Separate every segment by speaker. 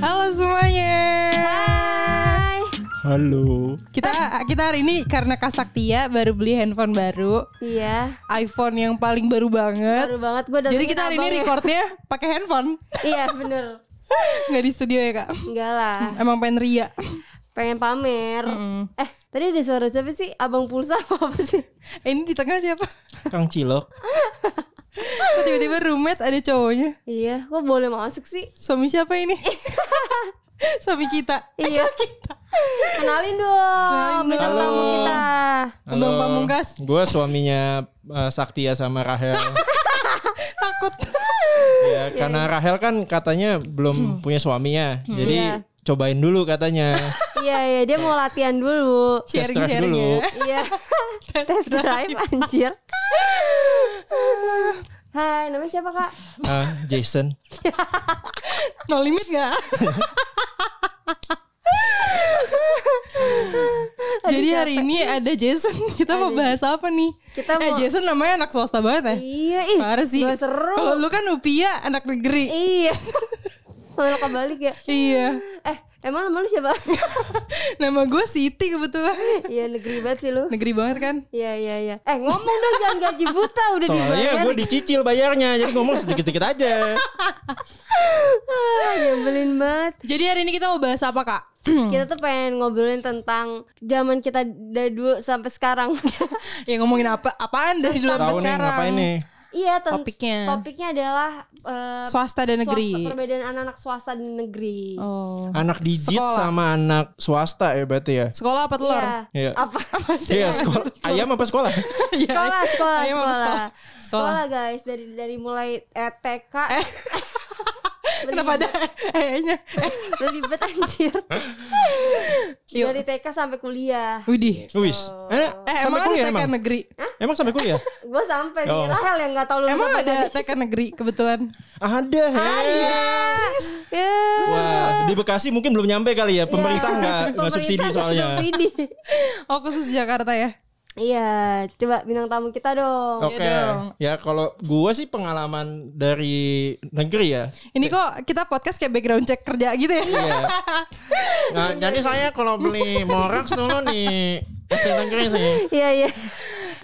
Speaker 1: Halo semuanya.
Speaker 2: Hai.
Speaker 3: Halo.
Speaker 1: Kita kita hari ini karena Kasaktia baru beli handphone baru,
Speaker 2: Iya.
Speaker 1: iPhone yang paling baru banget.
Speaker 2: Baru banget gue
Speaker 1: Jadi kita hari ini recordnya pakai handphone,
Speaker 2: Iya bener.
Speaker 1: nggak di studio ya kak?
Speaker 2: Enggak lah.
Speaker 1: Emang pengen ria.
Speaker 2: Pengen pamer.
Speaker 1: Mm.
Speaker 2: Eh tadi ada suara siapa sih? Abang pulsa apa, apa sih?
Speaker 1: Eh, Ini di tengah siapa?
Speaker 3: Kang Cilok.
Speaker 1: Kok tiba-tiba roommate ada cowoknya.
Speaker 2: Iya. Kok boleh masuk sih?
Speaker 1: Suami siapa ini? Suami kita.
Speaker 2: Iya. Kenalin dong.
Speaker 1: Kenalin
Speaker 2: bintang tamu
Speaker 3: dong.
Speaker 2: kita.
Speaker 1: Abang Pamungkas.
Speaker 3: Gue suaminya eh, Saktia sama Rahel.
Speaker 1: Takut. Iya,
Speaker 3: ya, karena Rahel kan katanya
Speaker 1: Hmm.
Speaker 3: belum punya suaminya. Jadi
Speaker 2: Iya.
Speaker 3: cobain dulu katanya.
Speaker 2: Iya iya dia mau latihan dulu.
Speaker 3: Test drive
Speaker 1: Sharing-sharing
Speaker 3: dulu.
Speaker 1: ya.
Speaker 2: Iya. Test drive anjir. Hai, namanya siapa kak?
Speaker 3: Ah, Jason.
Speaker 1: No limit nggak? Jadi hari ini ada Jason. Kita mau bahas apa nih?
Speaker 2: Iya. Kita
Speaker 1: eh
Speaker 2: mau-
Speaker 1: Jason namanya anak swasta banget ya.
Speaker 2: Iya, ih,
Speaker 1: Parah sih.
Speaker 2: gak seru.
Speaker 1: Kalau lu kan Upia anak negeri.
Speaker 2: Iya. Malah kebalik ya.
Speaker 1: Iya.
Speaker 2: Eh, emang nama lu siapa?
Speaker 1: Nama gue Siti kebetulan.
Speaker 2: Iya, negeri banget sih lu.
Speaker 1: Negeri banget kan?
Speaker 2: Iya, iya, iya. Eh, ngomong dong jangan gaji buta udah dibayar.
Speaker 3: Soalnya gue dicicil bayarnya. Jadi ngomong sedikit-sedikit aja.
Speaker 2: Ah, nyebelin banget.
Speaker 1: Jadi hari ini kita mau bahas apa kak?
Speaker 2: Kita tuh pengen ngobrolin tentang zaman kita dari dulu sampai sekarang.
Speaker 1: ya ngomongin apa? Apaan dari dulu sampai
Speaker 3: Tahu nih
Speaker 1: sekarang?
Speaker 3: ngapain nih?
Speaker 2: iya, ten-
Speaker 1: Topiknya.
Speaker 2: Topiknya adalah eh,
Speaker 1: Swasta dan
Speaker 2: swasta-
Speaker 1: negeri.
Speaker 2: perbedaan anak-anak swasta di negeri.
Speaker 1: Oh.
Speaker 3: Anak digit
Speaker 1: Sekolah.
Speaker 3: sama anak swasta ya berarti ya.
Speaker 1: Sekolah apa telur?
Speaker 2: Iya.
Speaker 3: Iya.
Speaker 2: Apa?
Speaker 3: Iya, sekolah. Ayam apa sekolah?
Speaker 1: Iya.
Speaker 2: Sekolah, sekolah,
Speaker 1: Ayo, mama,
Speaker 2: sekolah. Sekolah,
Speaker 1: sekolah. Sekolah.
Speaker 2: guys dari dari mulai eh, TK.
Speaker 1: Kenapa ada Eh, eh-nya?
Speaker 2: Ribet anjir.
Speaker 1: Yuk.
Speaker 2: Dari TK sampai kuliah.
Speaker 1: Widih.
Speaker 3: Wis. Eh,
Speaker 1: Eh,
Speaker 3: sampai
Speaker 1: emang
Speaker 3: kuliah
Speaker 1: ada TK
Speaker 3: emang?
Speaker 1: negeri?
Speaker 3: Emang sampai kuliah?
Speaker 2: Gue sampai sih
Speaker 3: Oh.
Speaker 2: Rahel yang nggak tahu lu
Speaker 1: Emang ada TK negeri kebetulan? iya.
Speaker 3: Ada. Hel.
Speaker 1: Serius?
Speaker 2: Ya,
Speaker 3: Wah, di Bekasi mungkin belum nyampe kali ya. Pemerintah nggak nggak subsidi soalnya.
Speaker 2: subsidi.
Speaker 1: Oh khusus Jakarta ya?
Speaker 2: Iya, coba bintang tamu kita dong.
Speaker 3: Oke.
Speaker 1: Iya dong.
Speaker 3: Ya kalau gua sih pengalaman dari negeri ya.
Speaker 1: Ini kok kita podcast kayak background check kerja gitu ya?
Speaker 3: Iya. Nah, jadi saya kalau beli Morax dulu nih SD negeri sih.
Speaker 2: Iya, iya.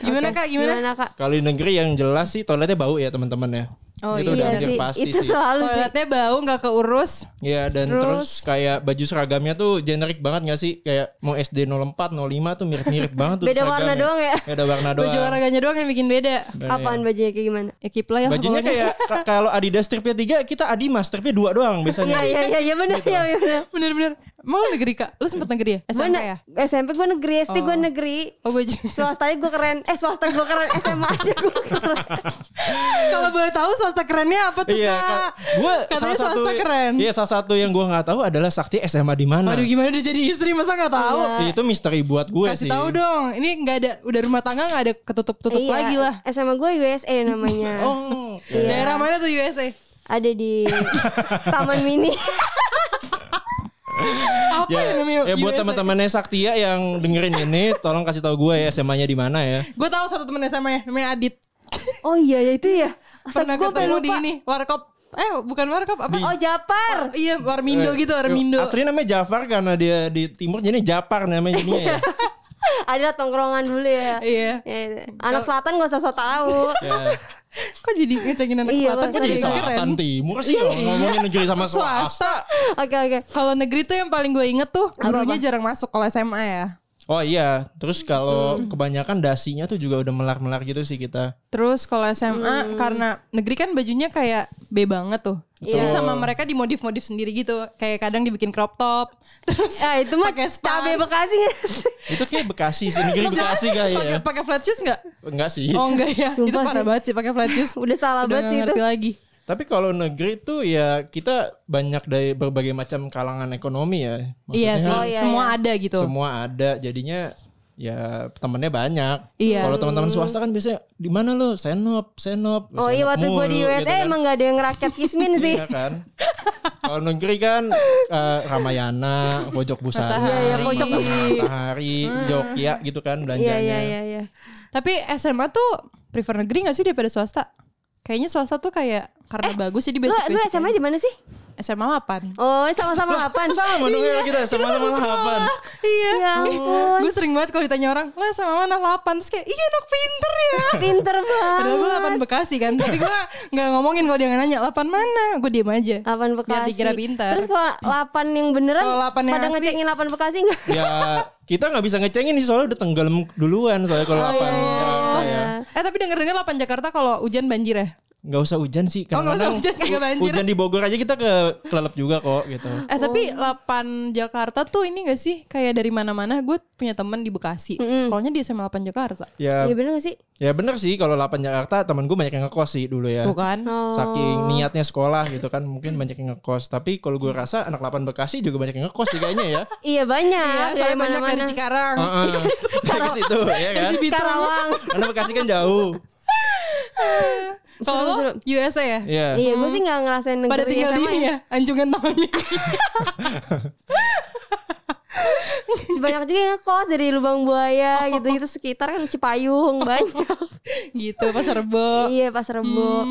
Speaker 1: Gimana kak? Gimana?
Speaker 2: Gimana, Kak?
Speaker 3: Kalau di negeri yang jelas sih toiletnya bau ya teman-teman ya.
Speaker 1: Oh,
Speaker 3: Itu udah
Speaker 2: Iya
Speaker 3: hampir
Speaker 2: sih,
Speaker 3: pasti
Speaker 2: itu
Speaker 3: sih.
Speaker 2: selalu sih.
Speaker 1: Toiletnya bau nggak keurus?
Speaker 3: Iya dan terus, kayak baju seragamnya tuh generik banget gak sih? Kayak mau SD 04, 05 tuh mirip-mirip banget tuh
Speaker 2: Beda warna
Speaker 3: seragamnya.
Speaker 2: doang ya?
Speaker 3: Beda warna doang.
Speaker 1: Baju olahraganya doang yang bikin beda.
Speaker 2: Apaan bajunya kayak gimana?
Speaker 1: Ya kiplah ya.
Speaker 3: Bajunya
Speaker 1: pokoknya.
Speaker 3: kayak ka- kalau Adidas stripnya tiga, kita Adimas stripnya dua doang
Speaker 2: Iya,
Speaker 3: biasanya.
Speaker 2: iya, iya, iya benar,
Speaker 3: Gitu.
Speaker 2: iya benar.
Speaker 1: Bener-bener. Emang lu negeri kak? Lu sempet negeri ya? SMP ya?
Speaker 2: SMP gue negeri, SD gue negeri.
Speaker 1: Oh gue juga.
Speaker 2: Swastanya gue keren. Eh, swasta gue keren, SMA aja gue keren.
Speaker 1: Kalau boleh tahu swasta kerennya apa tuh
Speaker 3: Iya,
Speaker 1: kak?
Speaker 3: gue
Speaker 1: Katanya
Speaker 3: salah satu
Speaker 1: swasta keren.
Speaker 3: Iya, salah satu yang gue nggak tahu adalah Sakti SMA di mana.
Speaker 1: Waduh gimana udah jadi istri masa nggak tahu?
Speaker 3: Itu misteri buat gue
Speaker 1: Kasih
Speaker 3: sih.
Speaker 1: tahu dong. Ini nggak ada udah rumah tangga nggak ada ketutup-tutup
Speaker 2: Iya,
Speaker 1: lagi lah.
Speaker 2: SMA gue USA namanya.
Speaker 3: Oh,
Speaker 1: Daerah mana tuh USA?
Speaker 2: Ada di Taman Mini.
Speaker 1: Apa ya, namanya?
Speaker 3: ya buat
Speaker 1: USA?
Speaker 3: teman-temannya Saktia yang dengerin ini, tolong kasih tahu gue ya SMA di mana ya.
Speaker 1: Gue tahu satu temen SMA ya, namanya Adit.
Speaker 2: Oh iya, ya itu ya.
Speaker 1: Pernah
Speaker 2: Astaga, gue pengen
Speaker 1: ketemu di
Speaker 2: lupa.
Speaker 1: ini, Warkop. Eh, bukan Warkop, apa?
Speaker 2: Oh, Japar.
Speaker 1: iya, Warmindo gitu, Warmindo.
Speaker 3: Asli Eh, namanya Jafar karena dia di timur jadi Japar namanya jadinya ya.
Speaker 2: Ada tongkrongan dulu ya.
Speaker 1: Iya.
Speaker 2: Ya, Anak selatan gak usah so tau.
Speaker 3: ya.
Speaker 1: Kok jadi ngecengin anak
Speaker 2: Iya,
Speaker 1: selatan?
Speaker 2: kok
Speaker 1: Kok
Speaker 3: Jadi
Speaker 1: jadi keren? Iya,
Speaker 3: selatan timur sih ngomongin negeri sama swasta.
Speaker 1: Swasta.
Speaker 2: Oke, oke.
Speaker 1: Kalau negeri tuh yang paling gue inget tuh, gurunya jarang masuk kalau SMA ya.
Speaker 3: Oh iya, terus kalau
Speaker 1: Hmm.
Speaker 3: kebanyakan dasinya tuh juga udah melar-melar gitu sih kita.
Speaker 1: Terus kalau SMA
Speaker 2: Hmm.
Speaker 1: karena negeri kan bajunya kayak B banget tuh. Jadi
Speaker 2: Iya.
Speaker 1: sama mereka dimodif-modif sendiri gitu. Kayak kadang dibikin crop top. Terus
Speaker 2: Ah, itu mah
Speaker 1: Pakai span.
Speaker 2: cabe Bekasi gak sih?
Speaker 3: Itu kayak Bekasi sih, negeri Bekasi kayak Iya. ya.
Speaker 1: pakai pakai flat shoes enggak?
Speaker 3: Enggak sih.
Speaker 1: Oh enggak ya. itu
Speaker 2: Sumpah
Speaker 1: parah
Speaker 2: sih.
Speaker 1: banget sih pakai flat shoes.
Speaker 2: Udah salah
Speaker 1: Udah
Speaker 2: banget
Speaker 1: nggak
Speaker 2: sih itu.
Speaker 1: ngerti lagi.
Speaker 3: Tapi kalau negeri tuh ya kita banyak dari berbagai macam kalangan ekonomi ya.
Speaker 1: Iya
Speaker 3: Maksudnya
Speaker 1: sih.
Speaker 2: Oh, iya,
Speaker 1: semua
Speaker 2: iya.
Speaker 1: ada gitu.
Speaker 3: semua ada jadinya ya temennya banyak.
Speaker 1: Iya.
Speaker 3: Kalau teman-teman swasta kan biasanya di mana lo? Senop, senop.
Speaker 2: Oh iya,
Speaker 3: senop
Speaker 2: waktu gue di
Speaker 3: mulu,"
Speaker 2: USA
Speaker 3: gitu kan.
Speaker 2: emang gak ada yang rakyat kismin sih.
Speaker 3: Iya kan. Kalau negeri kan eh, Ramayana, Pojok Busana,
Speaker 1: Matahari. Iya,
Speaker 3: Matahari,
Speaker 1: Pojok Hmm. Busana.
Speaker 3: Matahari, Jogja gitu kan
Speaker 2: Iya,
Speaker 3: belanjanya.
Speaker 2: iya, iya. iya.
Speaker 1: Tapi SMA tuh prefer negeri gak sih daripada swasta? Kayaknya swasta tuh kayak karena bagus jadi
Speaker 2: Eh, Lu,
Speaker 1: basic
Speaker 2: lu
Speaker 1: basic.
Speaker 2: SMA di mana sih?
Speaker 1: SMA 8.
Speaker 2: Oh, sama-sama 8.
Speaker 3: Sama dong ya kita sama-sama 8.
Speaker 1: Iya.
Speaker 2: Ya ampun.
Speaker 1: Gue sering banget kalau ditanya orang, lah SMA mana 8? Terus kayak, iya anak pinter ya.
Speaker 2: Pinter
Speaker 1: Padahal gue
Speaker 2: banget.
Speaker 1: 8 Bekasi kan. Tapi gue gak ngomongin kalau dia nanya, 8 mana? Gue diem aja.
Speaker 2: 8 Bekasi.
Speaker 1: Biar dikira pinter.
Speaker 2: Terus kalau 8 yang beneran
Speaker 1: Kalau 8 yang
Speaker 2: pada
Speaker 1: asli-
Speaker 2: ngecengin 8 Bekasi enggak?
Speaker 3: Ya kita nggak bisa ngecengin nih soalnya udah tenggelam duluan soalnya
Speaker 1: Oh,
Speaker 3: kalau 8
Speaker 1: iya,
Speaker 3: Jakarta ya.
Speaker 1: Eh tapi denger-denger 8 Jakarta kalau hujan banjir ya?
Speaker 3: Nggak usah hujan sih.
Speaker 1: Oh, nggak usah
Speaker 3: kadang-kadang
Speaker 1: hujan, kagak
Speaker 3: hu-
Speaker 1: banjir.
Speaker 3: Hujan di Bogor aja kita ke kelelep juga kok gitu.
Speaker 1: Eh
Speaker 2: Oh.
Speaker 1: tapi 8 Jakarta tuh ini gak sih? Kayak dari mana-mana gue punya temen di Bekasi. Sekolahnya di SMA 8 Jakarta.
Speaker 3: Ya
Speaker 2: Iya bener gak sih?
Speaker 3: ya bener sih kalau 8 Jakarta temen gue banyak yang ngekos sih dulu ya.
Speaker 1: Tuh
Speaker 2: Ah,
Speaker 1: kan?
Speaker 3: Saking niatnya sekolah gitu kan mungkin banyak yang ngekos. Tapi kalau gue rasa anak 8 Bekasi juga banyak yang ngekos sih kayaknya ya.
Speaker 2: Iya banyak.
Speaker 1: Iya,
Speaker 2: dari
Speaker 1: soalnya banyak dari
Speaker 2: mana-mana.
Speaker 1: Cikarang.
Speaker 3: Heeh. Ke situ ya kan.
Speaker 2: Karawang.
Speaker 3: Karena Bekasi kan jauh.
Speaker 1: Kalau lo
Speaker 2: Seru-seru.
Speaker 1: USA ya?
Speaker 3: Iya.
Speaker 2: Iya, gue sih gak ngerasain negeri
Speaker 1: Pada tinggal di
Speaker 2: sama
Speaker 1: ini
Speaker 2: ya.
Speaker 1: ya, anjungan tangannya.
Speaker 2: Banyak juga yang ngekos dari Lubang Buaya gitu-gitu sekitar kan Cipayung banyak.
Speaker 1: gitu, pasar rebo.
Speaker 2: iya, Pasar Rebo.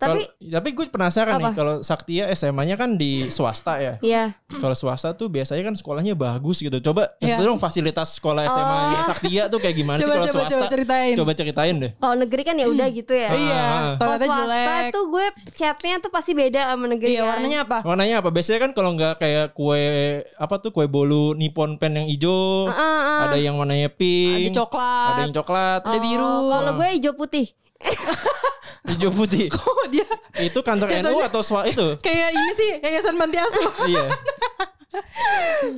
Speaker 2: Tapi
Speaker 3: Kalau- tapi gue penasaran nih
Speaker 2: Apa?
Speaker 3: kalau Saktia SMA-nya kan di swasta ya.
Speaker 2: iya.
Speaker 3: Kalau swasta tuh biasanya kan sekolahnya bagus gitu. Coba kasih
Speaker 1: Iya.
Speaker 3: dong fasilitas sekolah SMA nya Saktia tuh kayak gimana sih
Speaker 1: Coba,
Speaker 3: kalau
Speaker 1: coba,
Speaker 3: swasta?
Speaker 1: coba ceritain.
Speaker 3: Oh. Coba ceritain deh.
Speaker 2: Kalau negeri kan ya udah gitu ya.
Speaker 1: Iya,
Speaker 3: Ah.
Speaker 2: Kalau
Speaker 1: toiletnya
Speaker 2: swasta
Speaker 1: jelek.
Speaker 2: tuh gue catnya tuh pasti beda sama negeri.
Speaker 1: Iya,
Speaker 2: kan.
Speaker 1: warnanya apa?
Speaker 3: Warnanya apa? Biasanya kan kalau nggak kayak kue apa tuh kue bolu nippon pen yang hijau, ada yang warnanya
Speaker 1: Ada
Speaker 3: pink,
Speaker 1: coklat.
Speaker 3: Ah, ada yang coklat,
Speaker 1: Ada biru.
Speaker 2: Oh, Kalau gue hijau putih.
Speaker 3: hijau putih.
Speaker 1: Oh, dia
Speaker 3: itu kantor NU atau swa itu?
Speaker 1: kayak ini sih, yayasan panti asuh.
Speaker 3: iya.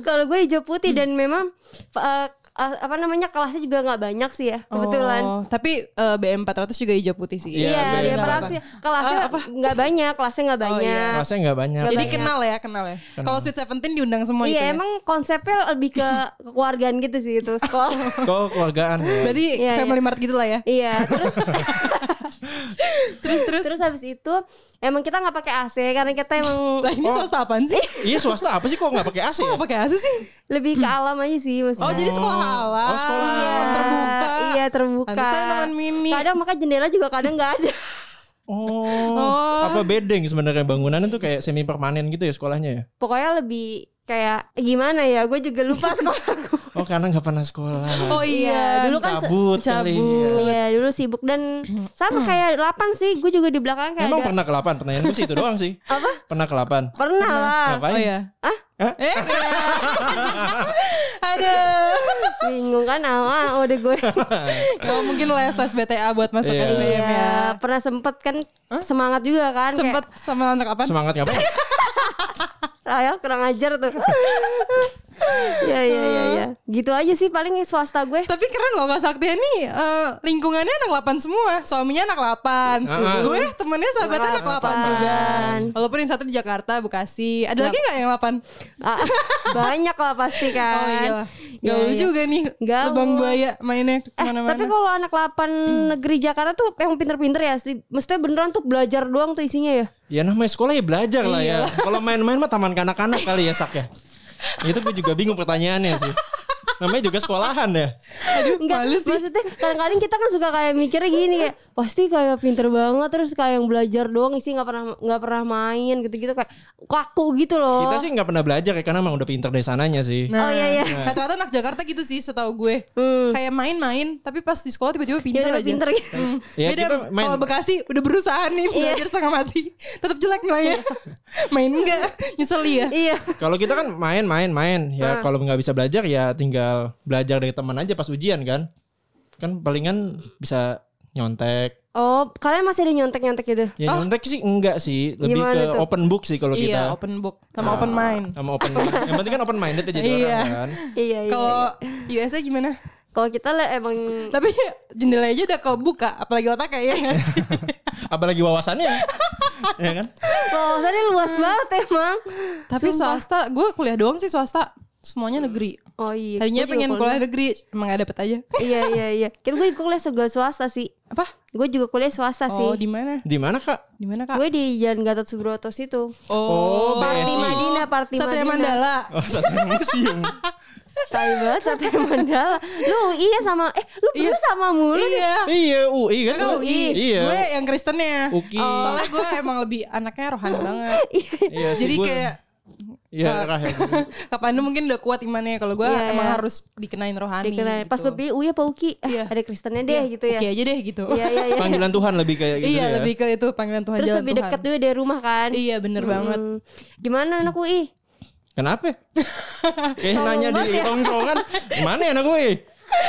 Speaker 2: Kalau gue hijau putih dan memang eh, eh, apa namanya kelasnya juga nggak banyak sih ya kebetulan.
Speaker 1: Oh, tapi eh, BM 400 juga hijau putih sih.
Speaker 3: Iya,
Speaker 2: Iya,
Speaker 3: bener.
Speaker 2: dia kelasnya kelasnya
Speaker 1: Eh,
Speaker 2: nggak banyak, kelasnya
Speaker 1: Oh, iya.
Speaker 2: nggak banyak.
Speaker 3: Rasanya nggak banyak.
Speaker 1: Jadi kenal ya, kenal ya. Kalau Sweet Seventeen diundang semua
Speaker 2: Iya,
Speaker 1: itu. ya?
Speaker 2: emang konsepnya lebih ke kekeluargaan gitu sih itu sekolah.
Speaker 3: Kok keluargaan ya?
Speaker 1: Berarti
Speaker 2: Iya,
Speaker 1: family mart gitu lah ya.
Speaker 2: iya, terus
Speaker 1: Terus terus.
Speaker 2: terus habis itu emang kita nggak pakai AC karena kita emang
Speaker 1: Lah ini swasta apaan sih?
Speaker 3: Iya swasta apa sih kok nggak pakai AC?
Speaker 1: Kok
Speaker 3: ya?
Speaker 1: gak pakai AC sih?
Speaker 2: lebih ke alam aja sih maksudnya.
Speaker 1: Oh, jadi sekolah alam.
Speaker 3: Oh, sekolah
Speaker 2: Iya,
Speaker 1: terbuka.
Speaker 2: Iya, terbuka.
Speaker 1: Pantesan teman Mimi.
Speaker 2: Kadang maka jendela juga kadang nggak ada.
Speaker 3: Oh, apa bedeng sebenarnya bangunannya tuh kayak semi permanen gitu ya sekolahnya ya?
Speaker 2: Pokoknya lebih kayak gimana ya? Gue juga lupa sekolahku.
Speaker 3: Oh karena nggak pernah sekolah.
Speaker 1: Oh iya.
Speaker 2: dulu kan se-
Speaker 3: cabut, kali.
Speaker 1: cabut.
Speaker 2: Iya dulu sibuk dan sama
Speaker 1: Hmm.
Speaker 2: kayak 8 sih gue juga di belakang kayak
Speaker 3: Emang
Speaker 2: ada
Speaker 3: pernah ke lapan? Pertanyaan gue sih itu doang sih.
Speaker 2: Apa?
Speaker 3: Pernah ke lapan?
Speaker 2: pernah lah
Speaker 3: Ngapain?
Speaker 1: Oh iya.
Speaker 2: ah
Speaker 1: Eh? Aduh.
Speaker 2: bingung kan awal udah gue
Speaker 1: Oh, mungkin les les BTA buat masuk
Speaker 3: Iya.
Speaker 1: SBM ya.
Speaker 2: ya pernah sempet kan semangat juga kan
Speaker 1: Sempet sama anak kapan?
Speaker 3: Semangat ngapain?
Speaker 2: kayak Rahel kurang ajar tuh ya ya ya ya gitu aja sih paling swasta gue
Speaker 1: Tapi keren loh Kak Saktia nih eh, lingkungannya anak 8 semua. Suaminya anak 8.
Speaker 3: Heeh.
Speaker 1: Gue temennya sahabatnya anak 8 juga.
Speaker 2: Lapan.
Speaker 1: Walaupun yang satu di Jakarta, Bekasi. Ada lagi gak yang 8?
Speaker 2: Ah, banyak lah pasti kan
Speaker 1: Oh iya lah.
Speaker 2: Iya,
Speaker 1: Gaul
Speaker 2: iya.
Speaker 1: juga nih.
Speaker 2: Gaul.
Speaker 1: Lubang buaya mainnya
Speaker 2: Eh,
Speaker 1: kemana-mana.
Speaker 2: tapi kalau anak 8 negeri Jakarta tuh yang pinter-pinter ya asli. Maksudnya beneran tuh belajar doang tuh isinya ya.
Speaker 3: ya namanya sekolah ya belajar lah ya. Kalau main-main mah taman kanak-kanak kali ya sak ya. Itu gue juga bingung pertanyaannya sih. Namanya juga sekolahan ya.
Speaker 2: Enggak,
Speaker 1: Malu sih.
Speaker 2: maksudnya kadang-kadang kita kan suka kayak mikirnya gini kayak pasti kayak pinter banget terus kayak yang belajar doang isi nggak pernah nggak pernah main gitu-gitu kayak kaku gitu loh.
Speaker 3: Kita sih nggak pernah belajar ya karena emang udah pinter dari sananya sih.
Speaker 1: Oh. Nah,
Speaker 2: Oh, iya, iya.
Speaker 1: Rata-rata anak Jakarta gitu sih setahu gue.
Speaker 2: Hmm.
Speaker 1: Kayak main-main, tapi pas di sekolah tiba-tiba pintar
Speaker 2: Tiba-tiba
Speaker 1: aja.
Speaker 2: pinter gitu.
Speaker 1: Hmm.
Speaker 3: Ya,
Speaker 1: Beda
Speaker 3: kita main-
Speaker 1: kalau Bekasi udah berusaha nih
Speaker 2: Iya.
Speaker 1: belajar setengah mati, tetap jelek nilainya. main enggak, nyesel ya.
Speaker 2: iya.
Speaker 3: Kalau kita kan main main main
Speaker 1: Nah.
Speaker 3: ya kalau nggak bisa belajar ya tinggal belajar dari teman aja pas ujian kan. Kan palingan bisa nyontek.
Speaker 2: Oh, kalian masih ada nyontek-nyontek gitu.
Speaker 3: Ya nyontek sih enggak sih, lebih
Speaker 2: Gimana
Speaker 3: ke
Speaker 2: tuh?
Speaker 3: open book sih kalau
Speaker 1: Oh. Iya,
Speaker 3: kita. Ah.
Speaker 1: open book sama open mind.
Speaker 3: Sama open mind. Yang penting kan open minded aja jadi
Speaker 1: Iya.
Speaker 3: orang kan.
Speaker 2: Iya, iya.
Speaker 1: Kalau USA gimana?
Speaker 2: Kalau kita lah emang
Speaker 1: Tapi jendela aja udah kebuka, apalagi otak ya nggak sih?
Speaker 3: Apalagi wawasannya. ya kan?
Speaker 2: wawasannya luas banget emang.
Speaker 1: Tapi swasta, gue kuliah doang sih swasta. Semuanya negeri.
Speaker 2: Oh iya.
Speaker 1: Tadinya
Speaker 2: gua juga
Speaker 1: pengen kuliah negeri, emang gak dapet aja.
Speaker 2: iya, iya, iya. Kita gue kuliah juga swasta sih.
Speaker 1: Apa?
Speaker 2: Gue juga kuliah swasta
Speaker 1: Oh, di
Speaker 2: sih.
Speaker 1: mana?
Speaker 3: Di mana, Kak?
Speaker 1: Di mana, Kak?
Speaker 2: Gue di Jalan Gatot Subroto situ.
Speaker 3: Oh,
Speaker 2: Parti
Speaker 3: BSI.
Speaker 2: Madinah, Parti
Speaker 1: Satria
Speaker 2: Madinah.
Speaker 1: Mandala.
Speaker 3: Oh, satu museum.
Speaker 2: Tai banget sate mandala. Lu iya sama eh lu berdua sama mulu. nih.
Speaker 1: Iya.
Speaker 3: Iya UI kan?
Speaker 1: Kan UI.
Speaker 3: Iya.
Speaker 1: Gue Oh. yang Kristennya.
Speaker 3: Uki.
Speaker 1: Soalnya gue emang lebih anaknya rohani banget.
Speaker 3: Iya, si
Speaker 1: Jadi
Speaker 3: gua-
Speaker 1: kayak
Speaker 3: Iya, Rahel.
Speaker 1: kapan mungkin udah kuat imannya kalau gue
Speaker 2: Iya,
Speaker 1: emang
Speaker 2: iya.
Speaker 1: harus dikenain rohani.
Speaker 2: Dikenal. ya? Pas
Speaker 1: gitu.
Speaker 2: lu pilih Uya apa Uki? Ah,
Speaker 1: Iya.
Speaker 2: Ada Kristennya deh gitu ya.
Speaker 1: Oke aja deh gitu.
Speaker 2: Iya iya iya.
Speaker 3: Panggilan Tuhan lebih kayak gitu
Speaker 1: iya
Speaker 3: ya.
Speaker 1: lebih ke itu panggilan Tuhan
Speaker 2: Terus
Speaker 1: jalan
Speaker 2: lebih
Speaker 1: Tuhan.
Speaker 2: deket juga dari rumah kan.
Speaker 1: Iya bener banget.
Speaker 2: Hmm. Gimana anak UI?
Speaker 3: Kenapa? Kayak nanya di
Speaker 2: banget ya.
Speaker 3: tongkrongan. Mana anak gue?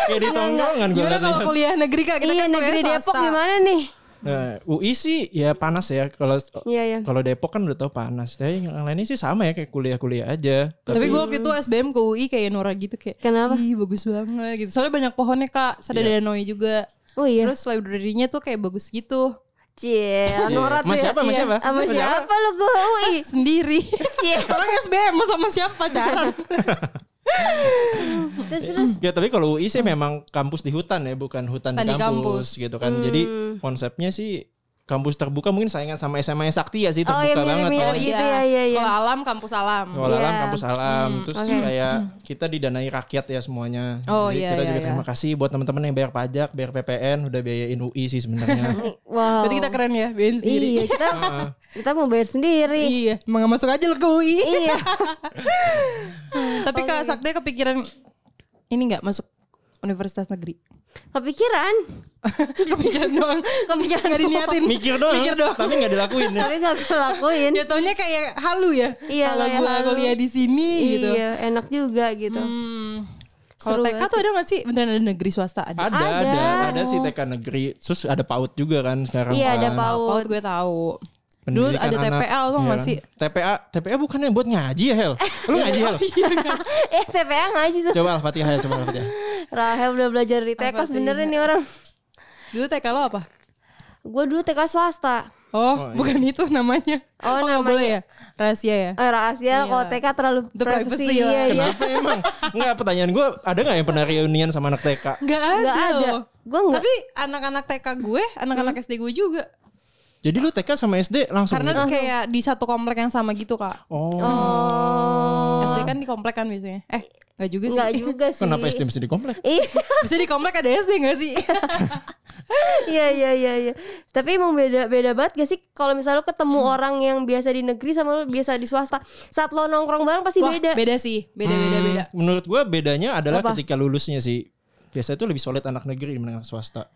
Speaker 3: Kayak di tongkrongan gue
Speaker 1: Gimana kalau
Speaker 3: katanya.
Speaker 1: kuliah negeri kak? Kita
Speaker 2: iya
Speaker 1: kan
Speaker 2: negeri
Speaker 1: kuliah
Speaker 2: Depok
Speaker 1: swasta.
Speaker 2: gimana nih?
Speaker 3: Nah, UI sih ya panas ya kalau
Speaker 2: Iya iya.
Speaker 3: kalau Depok kan udah tau panas. Tapi yang lainnya sih sama ya kayak kuliah-kuliah aja.
Speaker 1: Tapi gue waktu itu SBM ke UI kayak Nora gitu kayak.
Speaker 2: Hmm. Kenapa?
Speaker 1: Ih bagus banget gitu. Soalnya banyak pohonnya kak. Sadadanoi juga.
Speaker 2: Oh iya.
Speaker 1: Terus library-nya tuh kayak bagus gitu.
Speaker 2: Cie, Nora tuh
Speaker 3: Mas
Speaker 2: ya.
Speaker 3: siapa, mas
Speaker 2: Iya.
Speaker 3: siapa?
Speaker 2: Sama
Speaker 3: Mas siapa?
Speaker 2: siapa lu gue UI?
Speaker 1: Sendiri.
Speaker 2: Cie.
Speaker 1: Orang SBM mau sama siapa pacaran?
Speaker 2: Terus terus
Speaker 3: Ya tapi kalau UI sih memang kampus di hutan ya, bukan hutan di
Speaker 1: Hmm. Hutan di
Speaker 3: kampus,
Speaker 1: kampus. Hmm.
Speaker 3: gitu kan. Jadi konsepnya sih kampus terbuka mungkin saingan sama SMA Sakti ya sih terbuka
Speaker 2: Oh,
Speaker 1: iya,
Speaker 2: ya,
Speaker 3: banget.
Speaker 2: mirip-mirip
Speaker 3: kan.
Speaker 2: gitu. ya, iya, iya.
Speaker 1: Sekolah alam, kampus alam.
Speaker 3: Sekolah
Speaker 2: Iya.
Speaker 3: alam, kampus alam,
Speaker 1: Hmm,
Speaker 3: terus
Speaker 2: oke.
Speaker 3: kayak kita didanai rakyat ya semuanya.
Speaker 1: Oh,
Speaker 3: Jadi
Speaker 1: iya,
Speaker 3: kita
Speaker 1: iya,
Speaker 3: juga
Speaker 1: iya.
Speaker 3: terima kasih buat teman-teman yang bayar pajak, bayar PPN, udah biayain UI sih sebenarnya.
Speaker 2: wow.
Speaker 1: Berarti kita keren ya, biayain sendiri. Ah.
Speaker 2: Iya, kita kita mau bayar sendiri.
Speaker 1: Iya, emang nggak masuk aja lo ke UI.
Speaker 2: Iya. Oh,
Speaker 1: Tapi Kak Sakti kepikiran ini nggak masuk universitas negeri.
Speaker 2: Kepikiran.
Speaker 1: kepikiran doang.
Speaker 2: Kepikiran
Speaker 1: Nggak diniatin.
Speaker 3: Mikir doang,
Speaker 1: Mikir doang.
Speaker 3: tapi nggak dilakuin ya.
Speaker 2: Tapi gak kelakuin.
Speaker 1: Jatuhnya kayak halu ya.
Speaker 2: Iya,
Speaker 1: Kalau
Speaker 2: kayak
Speaker 1: gua
Speaker 2: halu.
Speaker 1: kuliah di sini gitu.
Speaker 2: Iya, enak juga gitu.
Speaker 1: Hmm. Kalau
Speaker 2: Seru
Speaker 1: TK
Speaker 2: banget
Speaker 1: tuh ada nggak sih? Beneran ada negeri swasta ada.
Speaker 3: Ada,
Speaker 2: Ada.
Speaker 3: ada, ada sih TK negeri. Terus ada PAUD juga kan sekarang
Speaker 2: Iya,
Speaker 3: kan.
Speaker 2: ada
Speaker 1: Oh,
Speaker 2: PAUD.
Speaker 1: gue tahu. Dulu
Speaker 3: Pendidikan
Speaker 1: ada
Speaker 3: anak.
Speaker 1: TPL tuh
Speaker 3: Iya.
Speaker 1: nggak sih?
Speaker 3: TPA, TPA bukan yang buat ngaji ya Hel? Lu ngaji Hel?
Speaker 2: eh, TPA ngaji tuh.
Speaker 3: Coba Al-Fatihah ya, coba Al-Fatihah.
Speaker 2: Rahel udah belajar di TK sebenernya nih orang.
Speaker 1: Dulu TK lo apa?
Speaker 2: Gue dulu TK swasta.
Speaker 1: Oh, bukan itu namanya.
Speaker 2: Oh,
Speaker 1: nggak
Speaker 2: namanya.
Speaker 1: boleh ya? Rahasia ya?
Speaker 2: Eh, rahasia kalau TK terlalu
Speaker 1: Itu privacy ya.
Speaker 2: privacy,
Speaker 1: lah.
Speaker 2: iya, iya.
Speaker 3: Kenapa emang? Enggak, pertanyaan gue ada nggak yang pernah reunian sama anak TK?
Speaker 1: Nggak ada.
Speaker 2: Nggak ada.
Speaker 1: loh.
Speaker 2: Gua nggak- Hmm?
Speaker 1: Tapi anak-anak TK gue, anak-anak SD gue juga.
Speaker 3: Jadi lu TK sama SD langsung? gitu?
Speaker 1: Karena
Speaker 2: Hmm.
Speaker 1: kayak di satu komplek yang sama gitu kak.
Speaker 3: Oh,
Speaker 2: Oh.
Speaker 1: SD kan di komplek kan biasanya. Eh nggak juga sih.
Speaker 2: Enggak juga sih.
Speaker 3: kenapa SD mesti di komplek?
Speaker 2: Iya,
Speaker 1: Bisa di komplek ada SD nggak sih?
Speaker 2: iya, iya, iya, iya. Tapi emang beda beda banget gak sih kalau misalnya lu ketemu
Speaker 1: Hmm.
Speaker 2: orang yang biasa di negeri sama lu biasa di swasta. Saat lo nongkrong bareng pasti
Speaker 1: Wah
Speaker 2: beda.
Speaker 1: beda sih. Beda beda Iya,
Speaker 3: Hmm.
Speaker 1: beda.
Speaker 3: Menurut gue bedanya adalah
Speaker 2: Apa?
Speaker 3: ketika lulusnya sih. Biasanya tuh lebih solid anak negeri dibanding anak swasta.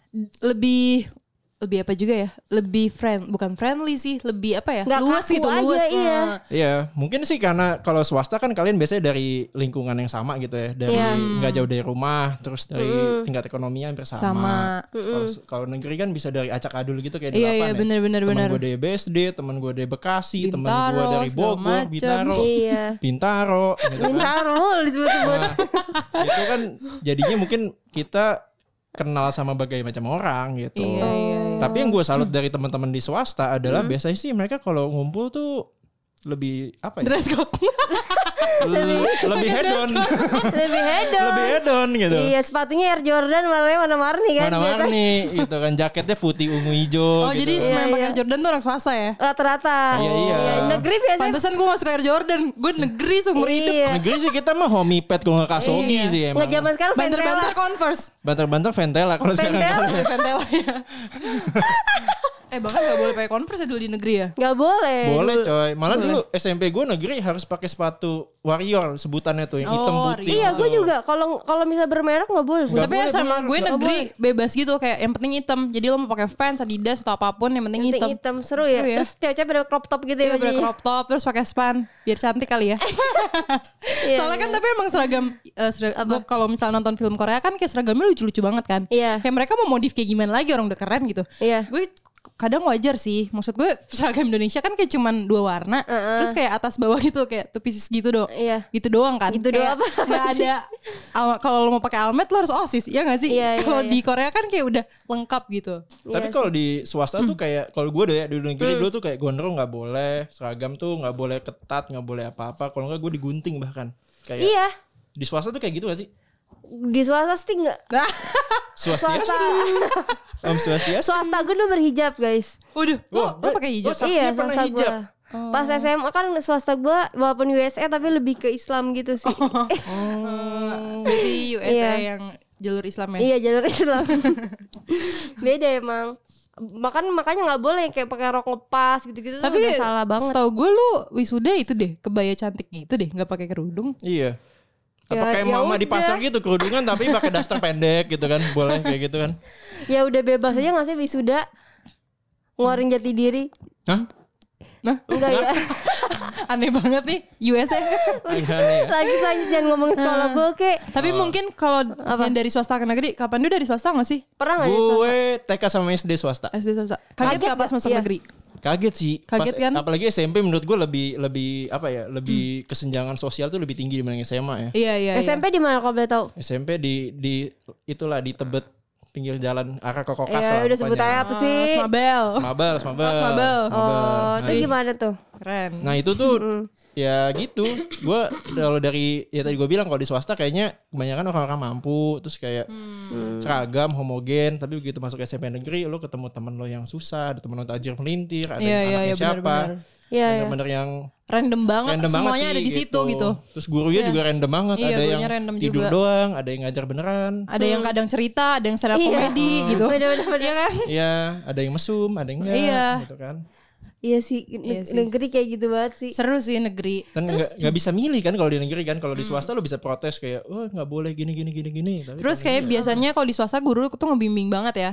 Speaker 1: Lebih lebih apa juga ya? Lebih friend, bukan friendly sih. Lebih apa ya?
Speaker 2: Nggak
Speaker 1: luas
Speaker 2: kaku
Speaker 1: gitu
Speaker 2: aja,
Speaker 1: luas.
Speaker 2: iya.
Speaker 1: Nah,
Speaker 3: Iya, mungkin sih karena kalau swasta kan kalian biasanya dari lingkungan yang sama gitu ya, dari
Speaker 2: Iya.
Speaker 3: nggak jauh dari rumah, terus dari tingkat ekonominya hampir sama.
Speaker 1: Hmm. Sama. Hmm.
Speaker 3: Kalau kalau negeri kan bisa dari acak adul gitu kayak di
Speaker 1: Iya, iya,
Speaker 3: lapangan ya.
Speaker 1: bener, bener,
Speaker 3: Temen
Speaker 1: bener.
Speaker 3: gue dari BSD, temen gue dari Bekasi, temen gue
Speaker 1: Bintaro,
Speaker 3: dari
Speaker 1: segala
Speaker 3: Bogor,
Speaker 1: macem.
Speaker 3: Bintaro,
Speaker 2: Iya.
Speaker 3: Bintaro, gitu kan.
Speaker 2: Bentar lo disebut-sebut.
Speaker 3: Nah, itu kan jadinya mungkin kita kenal sama berbagai macam orang gitu.
Speaker 1: Iya, iya, iya.
Speaker 3: Tapi yang gue salut dari teman-teman di swasta adalah biasanya sih mereka kalau ngumpul tuh lebih apa ya?
Speaker 1: Dress code.
Speaker 3: lebih, lebih head on,
Speaker 2: Lebih hedon.
Speaker 3: lebih head on gitu.
Speaker 2: Iya, sepatunya Air Jordan warnanya warna-warni kan. biasa.
Speaker 3: Warna-warni gitu kan jaketnya putih ungu hijau
Speaker 1: Oh
Speaker 3: gitu.
Speaker 1: jadi
Speaker 3: kan.
Speaker 1: semua yang
Speaker 2: Iya,
Speaker 1: pakai
Speaker 2: iya.
Speaker 1: Jordan tuh orang swasta ya?
Speaker 2: Rata-rata.
Speaker 3: Iya, iya.
Speaker 2: Negeri biasanya.
Speaker 1: Pantesan gue masuk Air Jordan. Gue negeri seumur hidup.
Speaker 2: Iya.
Speaker 3: negeri sih kita mah homipet kalau nggak kasogi sih emang.
Speaker 2: Nggak zaman sekarang
Speaker 1: Banter-banter
Speaker 2: Ventela.
Speaker 1: Converse.
Speaker 3: Banter-banter Ventela kalau sekarang.
Speaker 2: Ventela.
Speaker 1: Ventela ya. eh bahkan gak boleh pakai Converse ya dulu di negeri ya?
Speaker 2: Nggak boleh.
Speaker 3: Boleh coy. Malah dulu SMP gue negeri harus pakai sepatu warrior sebutannya tuh yang hitam
Speaker 1: Oh,
Speaker 3: putih.
Speaker 1: warrior.
Speaker 2: Iya, gue
Speaker 3: gitu.
Speaker 2: juga. Kalau kalau misalnya bermerek nggak boleh. Gue.
Speaker 1: Tapi
Speaker 3: boleh,
Speaker 1: sama
Speaker 3: bener.
Speaker 1: gue
Speaker 3: Nggak
Speaker 1: negeri bebas gitu kayak yang penting hitam. Jadi lo mau pakai Vans, Adidas atau apapun yang penting hitam.
Speaker 2: Hitam. hitam seru, ya. Terus cewek-cewek pada crop top gitu ya.
Speaker 1: Iya, pakai
Speaker 2: bajunya.
Speaker 1: crop top terus pakai span biar cantik kali ya.
Speaker 2: Iya,
Speaker 1: Soalnya kan tapi emang seragam, eh, serag- gua kalau misalnya nonton film Korea kan kayak seragamnya lucu-lucu banget kan.
Speaker 2: Iya.
Speaker 1: Kayak mereka mau modif kayak gimana lagi orang udah keren gitu.
Speaker 2: Iya.
Speaker 1: Gue kadang wajar sih. Maksud gue seragam Indonesia kan kayak cuman dua warna, terus kayak atas bawah gitu kayak two pieces gitu dong.
Speaker 2: Iya.
Speaker 1: Gitu doang kan.
Speaker 2: Gitu
Speaker 1: Kayak
Speaker 2: doang apa-
Speaker 1: nggak ada aw- kalau lo mau pakai almet lo harus osis, ya gak sih?
Speaker 2: Iya, iya,
Speaker 1: kalau
Speaker 2: iya.
Speaker 1: di Korea kan kayak udah lengkap gitu.
Speaker 3: Tapi kalau di swasta
Speaker 2: Hmm.
Speaker 3: tuh kayak kalau gue deh ya di negeri dulu tuh kayak gondrong nggak boleh, seragam tuh nggak boleh ketat, nggak boleh apa-apa. Kalau nggak gue digunting bahkan. Kayak
Speaker 2: Iya.
Speaker 3: di swasta tuh kayak gitu gak sih?
Speaker 2: Di swasta sih nggak.
Speaker 1: Nah,
Speaker 3: Swasta,
Speaker 2: Swasta.
Speaker 3: om swasta.
Speaker 2: swasta gue dulu berhijab guys.
Speaker 1: waduh, lo, lo pakai hijab.
Speaker 3: sakti
Speaker 2: Iya,
Speaker 3: pernah
Speaker 2: swasta
Speaker 3: hijab.
Speaker 2: gua. Pas SMA kan swasta gue walaupun USA tapi lebih ke Islam gitu sih.
Speaker 1: Oh, berarti USA
Speaker 2: Iya.
Speaker 1: yang jalur Islam ya?
Speaker 2: Iya jalur Islam. Beda emang. Makan makanya nggak boleh kayak pakai rok lepas gitu-gitu
Speaker 1: Tapi
Speaker 2: tuh udah salah banget.
Speaker 1: Setahu gue lu wisuda itu deh, kebaya cantik gitu deh, nggak pakai kerudung.
Speaker 3: Iya. Apa
Speaker 2: Ya,
Speaker 3: kayak
Speaker 2: ya
Speaker 3: mama di
Speaker 2: udah.
Speaker 3: pasar gitu kerudungan tapi pakai daster pendek gitu kan. Boleh kayak gitu kan.
Speaker 2: Ya udah bebas aja nggak sih wisuda ngeluarin jati diri.
Speaker 3: Hah?
Speaker 1: Nah,
Speaker 2: Enggak ya.
Speaker 1: aneh banget nih USA.
Speaker 3: Iya nih ya.
Speaker 2: lanjut lanjut jangan ngomongin sekolah gue oke.
Speaker 1: Tapi
Speaker 3: Oh.
Speaker 1: mungkin kalau yang dari swasta ke negeri, kapan lu dari swasta nggak sih?
Speaker 2: Pernah nggak sih?
Speaker 3: Gue TK sama SD swasta.
Speaker 1: SD swasta. Kaget,
Speaker 2: Kaget
Speaker 1: nggak pas
Speaker 2: nggak?
Speaker 1: masuk
Speaker 2: Iya.
Speaker 1: negeri?
Speaker 3: Kaget sih.
Speaker 1: Kaget kan?
Speaker 3: Apalagi SMP menurut gue lebih lebih apa ya? Lebih
Speaker 2: Hmm.
Speaker 3: kesenjangan sosial tuh lebih tinggi dibanding SMA ya.
Speaker 1: Iya iya. iya.
Speaker 2: SMP di mana kalau boleh tahu?
Speaker 3: SMP di di itulah di Tebet pinggir jalan arah ke Kokas
Speaker 1: Iya,
Speaker 2: Ya
Speaker 3: lah
Speaker 2: udah sebut
Speaker 3: pokoknya.
Speaker 2: aja apa sih?
Speaker 1: Oh, Mas Mabel.
Speaker 3: Mabel, Mabel.
Speaker 1: Mabel.
Speaker 2: Oh, itu gimana tuh?
Speaker 1: Keren.
Speaker 3: Nah itu tuh ya gitu. Gue kalau dari ya tadi gue bilang kalau di swasta kayaknya kebanyakan orang-orang mampu, terus kayak
Speaker 1: Hmm.
Speaker 3: seragam, homogen. Tapi begitu masuk SMP negeri, lo ketemu temen lo yang susah, ada temen lo tajir melintir, ada
Speaker 1: Iya,
Speaker 3: yang
Speaker 1: iya,
Speaker 3: anaknya
Speaker 1: iya,
Speaker 3: siapa,
Speaker 1: benar-benar.
Speaker 2: Iya, iya.
Speaker 3: bener-bener yang
Speaker 1: Random banget
Speaker 3: random banget
Speaker 1: semuanya
Speaker 3: sih,
Speaker 1: ada di situ gitu.
Speaker 3: Terus gurunya juga random banget,
Speaker 1: Iya,
Speaker 3: ada
Speaker 1: gurunya
Speaker 3: yang
Speaker 1: random
Speaker 3: tidur
Speaker 1: juga.
Speaker 3: doang, ada yang ngajar beneran.
Speaker 1: Ada yang kadang cerita, ada yang stand up
Speaker 2: Hmm. Iya.
Speaker 1: comedy
Speaker 3: Hmm.
Speaker 1: gitu.
Speaker 2: Bener-bener, bener.
Speaker 1: Iya kan?
Speaker 3: Iya, ada yang mesum, ada yang enggak,
Speaker 1: Iya.
Speaker 3: gitu kan.
Speaker 2: Iya sih, ne- negeri kayak gitu banget sih.
Speaker 1: Seru sih negeri.
Speaker 3: Dan nggak nggak bisa milih kan kalau di negeri kan, kalau di
Speaker 1: Hmm.
Speaker 3: swasta lo bisa protes kayak, oh nggak boleh gini gini gini gini. Tapi
Speaker 1: Terus kayak biasanya kalau di swasta guru tuh ngebimbing banget ya.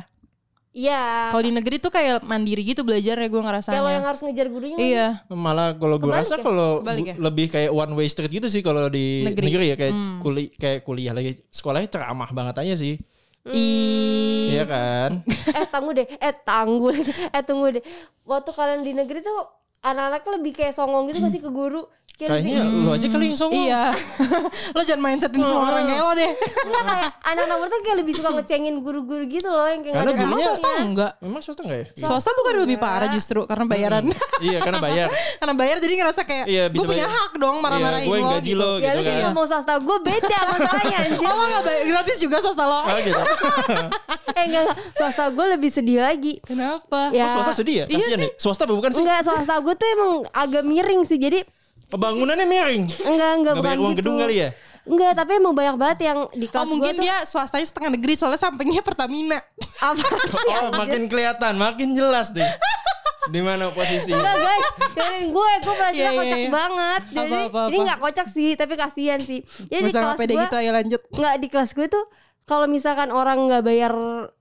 Speaker 2: Iya.
Speaker 1: Kalau di negeri tuh kayak mandiri gitu belajarnya gue ngerasanya.
Speaker 2: Kalau yang harus ngejar gurunya
Speaker 1: Iya.
Speaker 3: malah kalau gue rasa kalau
Speaker 1: Kebalik
Speaker 3: bu-
Speaker 1: ya?
Speaker 3: lebih kayak one way street gitu sih kalau
Speaker 1: Negeri.
Speaker 3: di
Speaker 1: Hmm.
Speaker 3: negeri, ya kayak kuli kayak kuliah lagi sekolahnya ceramah banget aja sih.
Speaker 2: Hmm.
Speaker 1: Ih.
Speaker 3: Iya kan?
Speaker 2: eh tangguh deh eh tangguh lagi. eh tunggu deh waktu kalian di negeri tuh anak-anaknya lebih kayak songong gitu gak sih ke guru kayak lebih
Speaker 3: Kayaknya lu aja kali yang songong.
Speaker 1: Iya. lo jangan mindsetin semua orang kayak lo deh.
Speaker 2: enggak kayak anak-anak mereka kayak lebih suka ngecengin guru-guru gitu loh yang kayak
Speaker 3: Karena
Speaker 2: nggak ada
Speaker 1: Emang
Speaker 3: gurunya-
Speaker 1: swasta enggak?
Speaker 3: Memang swasta enggak ya?
Speaker 1: Swasta bukan lebih parah justru karena bayaran.
Speaker 2: Hmm.
Speaker 3: iya, karena bayar.
Speaker 1: karena bayar jadi ngerasa kayak
Speaker 3: Iya,
Speaker 1: gue
Speaker 3: bisa
Speaker 1: punya
Speaker 3: bayar.
Speaker 1: hak dong marah-marahin
Speaker 3: Iya, gue yang
Speaker 1: lo
Speaker 3: gaji
Speaker 1: gitu.
Speaker 3: lo
Speaker 2: ya
Speaker 3: gitu
Speaker 2: lu
Speaker 3: kan.
Speaker 2: juga mau swasta gue beda masalahnya anjir
Speaker 1: Oh lo gak bayar gratis juga swasta lo?
Speaker 3: Ah, gitu.
Speaker 2: eh enggak, enggak swasta gue lebih sedih lagi
Speaker 1: Kenapa?
Speaker 2: ya
Speaker 3: Oh, swasta sedih ya?
Speaker 1: Iya
Speaker 3: Kasihan
Speaker 1: sih.
Speaker 3: nih. Swasta apa bukan sih?
Speaker 2: enggak swasta gue tuh emang agak miring sih jadi
Speaker 3: Bangunannya miring.
Speaker 2: enggak enggak
Speaker 3: Nggak
Speaker 2: bukan
Speaker 3: bayar uang
Speaker 2: gitu
Speaker 3: gedung kali ya?
Speaker 2: enggak tapi emang banyak banget yang di
Speaker 1: Oh
Speaker 2: kelas gue
Speaker 1: mungkin
Speaker 2: tuh
Speaker 1: dia swastanya setengah negeri soalnya sampingnya Pertamina.
Speaker 2: apa sih
Speaker 3: Oh, makin kelihatan, makin jelas deh. Di mana posisi?
Speaker 2: Enggak guys, dengerin gue, gue pernah
Speaker 1: Iya,
Speaker 2: cerita
Speaker 1: iya,
Speaker 2: kocak
Speaker 1: iya.
Speaker 2: banget. Jadi
Speaker 1: Apa, apa,
Speaker 2: ini
Speaker 1: apa.
Speaker 2: nggak kocak sih, tapi kasihan sih. Jadi Iya, di
Speaker 1: Masa nggak
Speaker 2: kelas
Speaker 1: pede
Speaker 2: gue,
Speaker 1: gitu ayo lanjut.
Speaker 2: nggak di kelas gue tuh kalau misalkan orang nggak bayar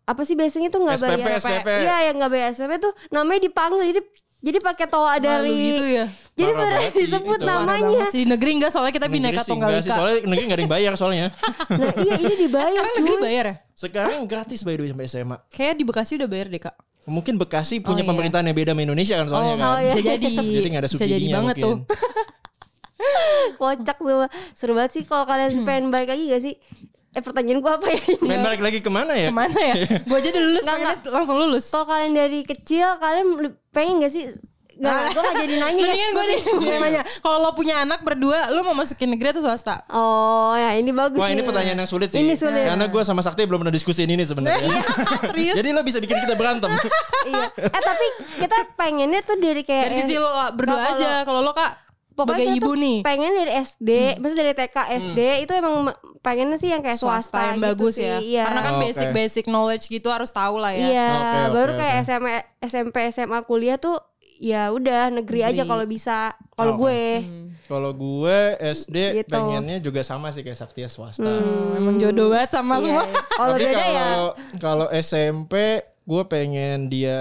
Speaker 2: apa sih biasanya tuh nggak
Speaker 3: SPP,
Speaker 2: bayar
Speaker 3: SPP.
Speaker 2: Iya, yang nggak bayar SPP tuh namanya dipanggil jadi jadi pakai toa dari
Speaker 1: gitu ya.
Speaker 2: Jadi
Speaker 3: Parah
Speaker 2: beneran
Speaker 3: banget sih
Speaker 2: disebut
Speaker 3: itu.
Speaker 1: Parah
Speaker 2: namanya.
Speaker 1: banget sih di negeri enggak soalnya kita
Speaker 3: Negeri
Speaker 1: bineka
Speaker 3: sih
Speaker 1: tunggal
Speaker 3: enggak sih,
Speaker 1: ika. Eh,
Speaker 3: soalnya negeri gak ada yang bayar soalnya.
Speaker 2: Nah, iya ini dibayar.
Speaker 1: Sekarang negeri
Speaker 2: cuy.
Speaker 1: bayar ya?
Speaker 3: Sekarang gratis by the way sampai SMA.
Speaker 1: Kayak di Bekasi udah bayar deh kak.
Speaker 3: Mungkin Bekasi punya
Speaker 1: iya.
Speaker 3: pemerintahan yang beda sama Indonesia kan soalnya kan.
Speaker 2: oh, iya.
Speaker 1: Bisa jadi.
Speaker 3: Jadi gak ada
Speaker 1: Bisa jadi
Speaker 3: subsidinya
Speaker 1: banget tuh.
Speaker 3: mungkin.
Speaker 2: Kocak semua. Seru banget sih kalau kalian pengen
Speaker 1: Hmm.
Speaker 2: balik lagi gak sih? Eh pertanyaan gue apa ya?
Speaker 3: Main balik lagi kemana ya?
Speaker 1: Kemana ya? Gue aja udah lulus pengennya langsung lulus.
Speaker 2: Kalau kalian dari kecil kalian le- pengen gak sih?
Speaker 1: Ah.
Speaker 2: Gak, gue gak jadi nanya ya. Iya,
Speaker 1: Mendingan Iya, gue nih gue nanya. Kalau lo punya anak berdua, lo mau masukin negeri atau swasta?
Speaker 2: Oh ya ini bagus
Speaker 3: Wah
Speaker 2: nih.
Speaker 3: ini pertanyaan yang sulit sih.
Speaker 2: Ini sulit.
Speaker 3: Karena gue sama Sakti belum pernah diskusiin ini sebenarnya.
Speaker 1: Serius?
Speaker 3: Jadi lo bisa bikin kita berantem.
Speaker 2: iya. Eh tapi kita pengennya tuh dari kayak
Speaker 1: Dari sisi lo ah, berdua
Speaker 2: Iya, Kalau-
Speaker 1: aja. Kalau lo kak, sebagai
Speaker 2: kita
Speaker 1: ibu
Speaker 2: tuh
Speaker 1: nih. Hmm.
Speaker 2: pengen dari SD, maksudnya dari TK SD
Speaker 3: Hmm.
Speaker 2: itu emang me- pengennya sih yang kayak swasta,
Speaker 1: Swasta yang
Speaker 2: gitu
Speaker 1: bagus
Speaker 2: sih.
Speaker 1: ya.
Speaker 2: Iya.
Speaker 1: Karena kan
Speaker 3: Oh, oke.
Speaker 1: basic-basic knowledge gitu harus tahu lah ya.
Speaker 2: Iya,
Speaker 3: Oke, oke,
Speaker 2: baru
Speaker 3: oke.
Speaker 2: kayak E, SMA SMP SMA kuliah tuh ya udah negeri, aja
Speaker 1: Negeri. Hmm.
Speaker 2: kalau bisa. Kalau
Speaker 3: Oke.
Speaker 2: gue
Speaker 3: Kalau gue SD
Speaker 2: Gitu.
Speaker 3: pengennya juga sama sih kayak Sakti ya, swasta.
Speaker 1: Hmm, emang jodoh banget sama
Speaker 2: Iya,
Speaker 1: semua.
Speaker 2: iya. Kalau
Speaker 3: Tapi
Speaker 2: beda ya.
Speaker 3: kalau kalau SMP gue pengen dia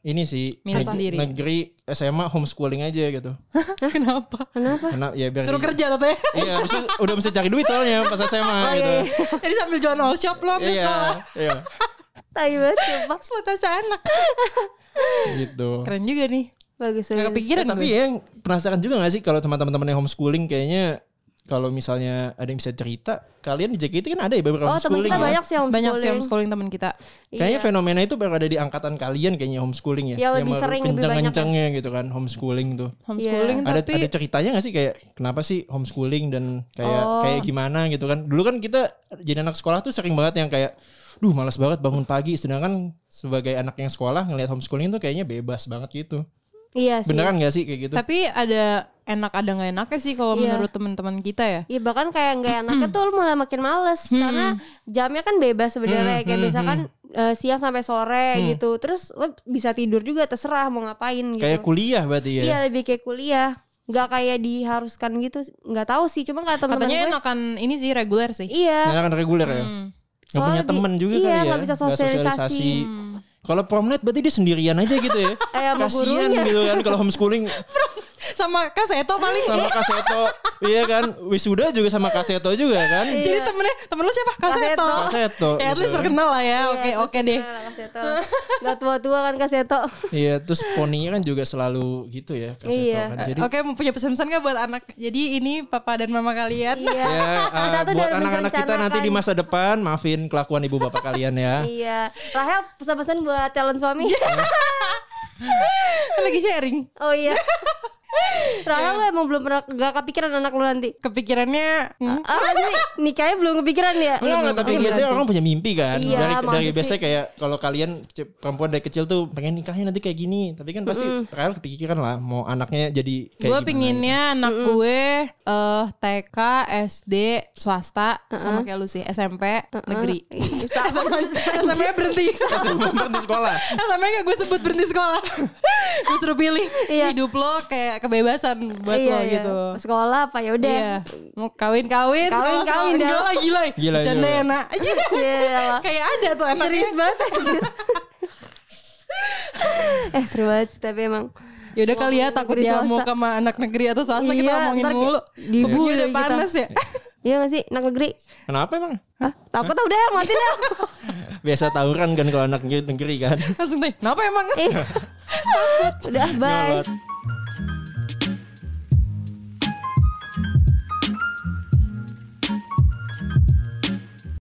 Speaker 3: ini sih
Speaker 1: Milih sendiri.
Speaker 3: negeri SMA homeschooling aja gitu.
Speaker 2: iya.
Speaker 1: Kenapa?
Speaker 2: Kenapa?
Speaker 3: Karena ya biar
Speaker 1: Suruh
Speaker 3: dia-
Speaker 1: kerja tante ya.
Speaker 3: Iya, abis itu udah mesti cari duit soalnya pas SMA gitu.
Speaker 1: Jadi sambil jualan all shop lo ambil
Speaker 3: Iya,
Speaker 1: sekolah.
Speaker 3: iya,
Speaker 2: Tai banget sumpah.
Speaker 1: Eksploitasi anak.
Speaker 3: gitu.
Speaker 1: Keren juga nih.
Speaker 2: Bagus
Speaker 1: Gak
Speaker 2: bagus.
Speaker 1: kepikiran
Speaker 3: Tapi
Speaker 1: gue.
Speaker 3: ya penasaran juga gak sih kalau sama teman-teman yang homeschooling kayaknya kalau misalnya ada yang bisa cerita, kalian di JKT kan ada ya beberapa
Speaker 2: Oh, teman
Speaker 3: homeschooling.
Speaker 2: kita
Speaker 3: ya?
Speaker 2: banyak sih yang
Speaker 1: Banyak sih
Speaker 2: homeschooling.
Speaker 1: homeschooling teman kita.
Speaker 3: Kayaknya fenomena itu baru ada di angkatan kalian kayaknya homeschooling ya.
Speaker 2: Ya, lebih
Speaker 3: baru
Speaker 2: sering, lebih banyak kan.
Speaker 3: kenceng-kencengnya gitu kan homeschooling tuh.
Speaker 2: Iya.
Speaker 1: Homeschooling
Speaker 3: Ada
Speaker 1: tapi
Speaker 3: ada ceritanya gak sih kayak kenapa sih homeschooling dan kayak
Speaker 2: Oh.
Speaker 3: kayak gimana gitu kan. Dulu kan kita jadi anak sekolah tuh sering banget yang kayak duh malas banget bangun pagi sedangkan sebagai anak yang sekolah ngelihat homeschooling tuh kayaknya bebas banget gitu.
Speaker 2: Iya sih.
Speaker 3: Beneran gak sih kayak gitu?
Speaker 1: Tapi ada enak ada nggak enaknya sih kalau
Speaker 2: Iya.
Speaker 1: menurut teman-teman kita ya.
Speaker 2: Iya bahkan kayak nggak enaknya tuh lu malah makin males
Speaker 1: Hmm,
Speaker 2: karena jamnya kan bebas
Speaker 3: Hmm,
Speaker 2: sebenarnya kayak misalkan eh, siang sampai sore gitu terus lu bisa tidur juga terserah mau ngapain gitu.
Speaker 3: Kayak kuliah berarti ya.
Speaker 2: Iya lebih kayak kuliah nggak kayak diharuskan gitu nggak tahu sih cuma kata teman-teman
Speaker 1: Katanya
Speaker 2: gue
Speaker 1: enakan ini sih reguler sih.
Speaker 2: iya
Speaker 3: Karena kan reguler ya. Gak punya
Speaker 2: Soalnya di-
Speaker 3: teman juga
Speaker 2: iya,
Speaker 3: kali ya.
Speaker 2: nggak bisa sosialisasi.
Speaker 3: Kalau prom night berarti dia sendirian aja gitu ya.
Speaker 2: Eh, sama
Speaker 3: Kasian
Speaker 2: gurunya.
Speaker 3: gitu kan kalau homeschooling
Speaker 1: Sama Kak Seto paling.
Speaker 3: sama Kaseto. iya kan? Wisuda juga sama Kaseto juga kan?
Speaker 1: Jadi temennya, temen lu siapa? Kak
Speaker 2: Iya. Kak
Speaker 1: Seto.
Speaker 2: Seto.
Speaker 3: Kak Seto,
Speaker 1: Ya at
Speaker 3: gitu.
Speaker 1: least terkenal lah ya. Oke
Speaker 2: Iya,
Speaker 1: oke
Speaker 2: terus
Speaker 1: deh.
Speaker 2: kenal Kak Seto. nggak tua-tua kan Kak Seto
Speaker 3: Iya, terus poninya kan juga selalu gitu ya Kaseto
Speaker 2: Iya.
Speaker 3: kan. Jadi
Speaker 1: Oke mau punya pesan-pesan gak buat anak? Jadi ini papa dan mama kalian.
Speaker 2: iya
Speaker 3: ya eh,
Speaker 2: Kita tuh
Speaker 3: buat
Speaker 2: udah
Speaker 3: anak-anak kita nanti di
Speaker 2: merencanakan.
Speaker 3: masa depan maafin kelakuan ibu bapak kalian ya.
Speaker 2: iya Rahel pesan-pesan buat calon suami Iya.
Speaker 1: Lagi sharing.
Speaker 2: oh iya
Speaker 1: Iya.
Speaker 2: Rahel lu emang belum pernah gak kepikiran anak lu nanti
Speaker 1: Kepikirannya hmm,
Speaker 2: Ah, jadi nikahnya belum kepikiran ya?
Speaker 3: Enggak, enggak, tapi biasanya orang punya mimpi kan.
Speaker 2: Iya,
Speaker 3: dari dari
Speaker 2: maksud
Speaker 3: biasanya kayak kalau kalian kece- perempuan dari kecil tuh pengen nikahnya nanti kayak gini. Tapi kan pasti Rael kepikiran lah mau anaknya jadi
Speaker 1: gue
Speaker 3: kayak gimana. gitu?
Speaker 1: pinginnya anak gue eh TK, SD, swasta sama kayak lu sih SMP negeri.
Speaker 2: Sama-
Speaker 1: SMP -nya berhenti.
Speaker 3: Terus perempuan di sekolah.
Speaker 1: SMP gak gue sebut berhenti sekolah. gue suruh pilih
Speaker 2: Iya.
Speaker 1: hidup lo kayak kebebasan buat
Speaker 2: iya,
Speaker 1: lo
Speaker 2: iya.
Speaker 1: gitu.
Speaker 2: Sekolah apa ya udah.
Speaker 1: Iya, mau kawin-kawin,
Speaker 2: Kawin-kawin
Speaker 1: sekolah-sekolah
Speaker 2: dah.
Speaker 1: gila gila.
Speaker 3: Gila,
Speaker 1: Bercanda
Speaker 3: gila.
Speaker 1: ya, nak.
Speaker 2: Iya, lah.
Speaker 1: Kayak ada tuh anaknya.
Speaker 2: Serius banget. anjir. eh seru banget sih, tapi emang
Speaker 1: Yaudah kali ya takut
Speaker 2: negeri
Speaker 1: dia mau
Speaker 2: swasta.
Speaker 1: sama anak negeri atau swasta kita
Speaker 2: Iya,
Speaker 1: ngomongin
Speaker 2: ntar
Speaker 1: mulu.
Speaker 2: dibully
Speaker 1: Kupingnya udah
Speaker 2: kita.
Speaker 1: panas ya.
Speaker 2: Iya gak sih anak negeri?
Speaker 3: Kenapa emang?
Speaker 2: Hah? Takut tau udah mati dah.
Speaker 3: Biasa tawuran kan kalau anak negeri kan.
Speaker 1: Langsung deh, kenapa emang?
Speaker 2: Iya. Takut. Udah bye.
Speaker 3: Nyabat.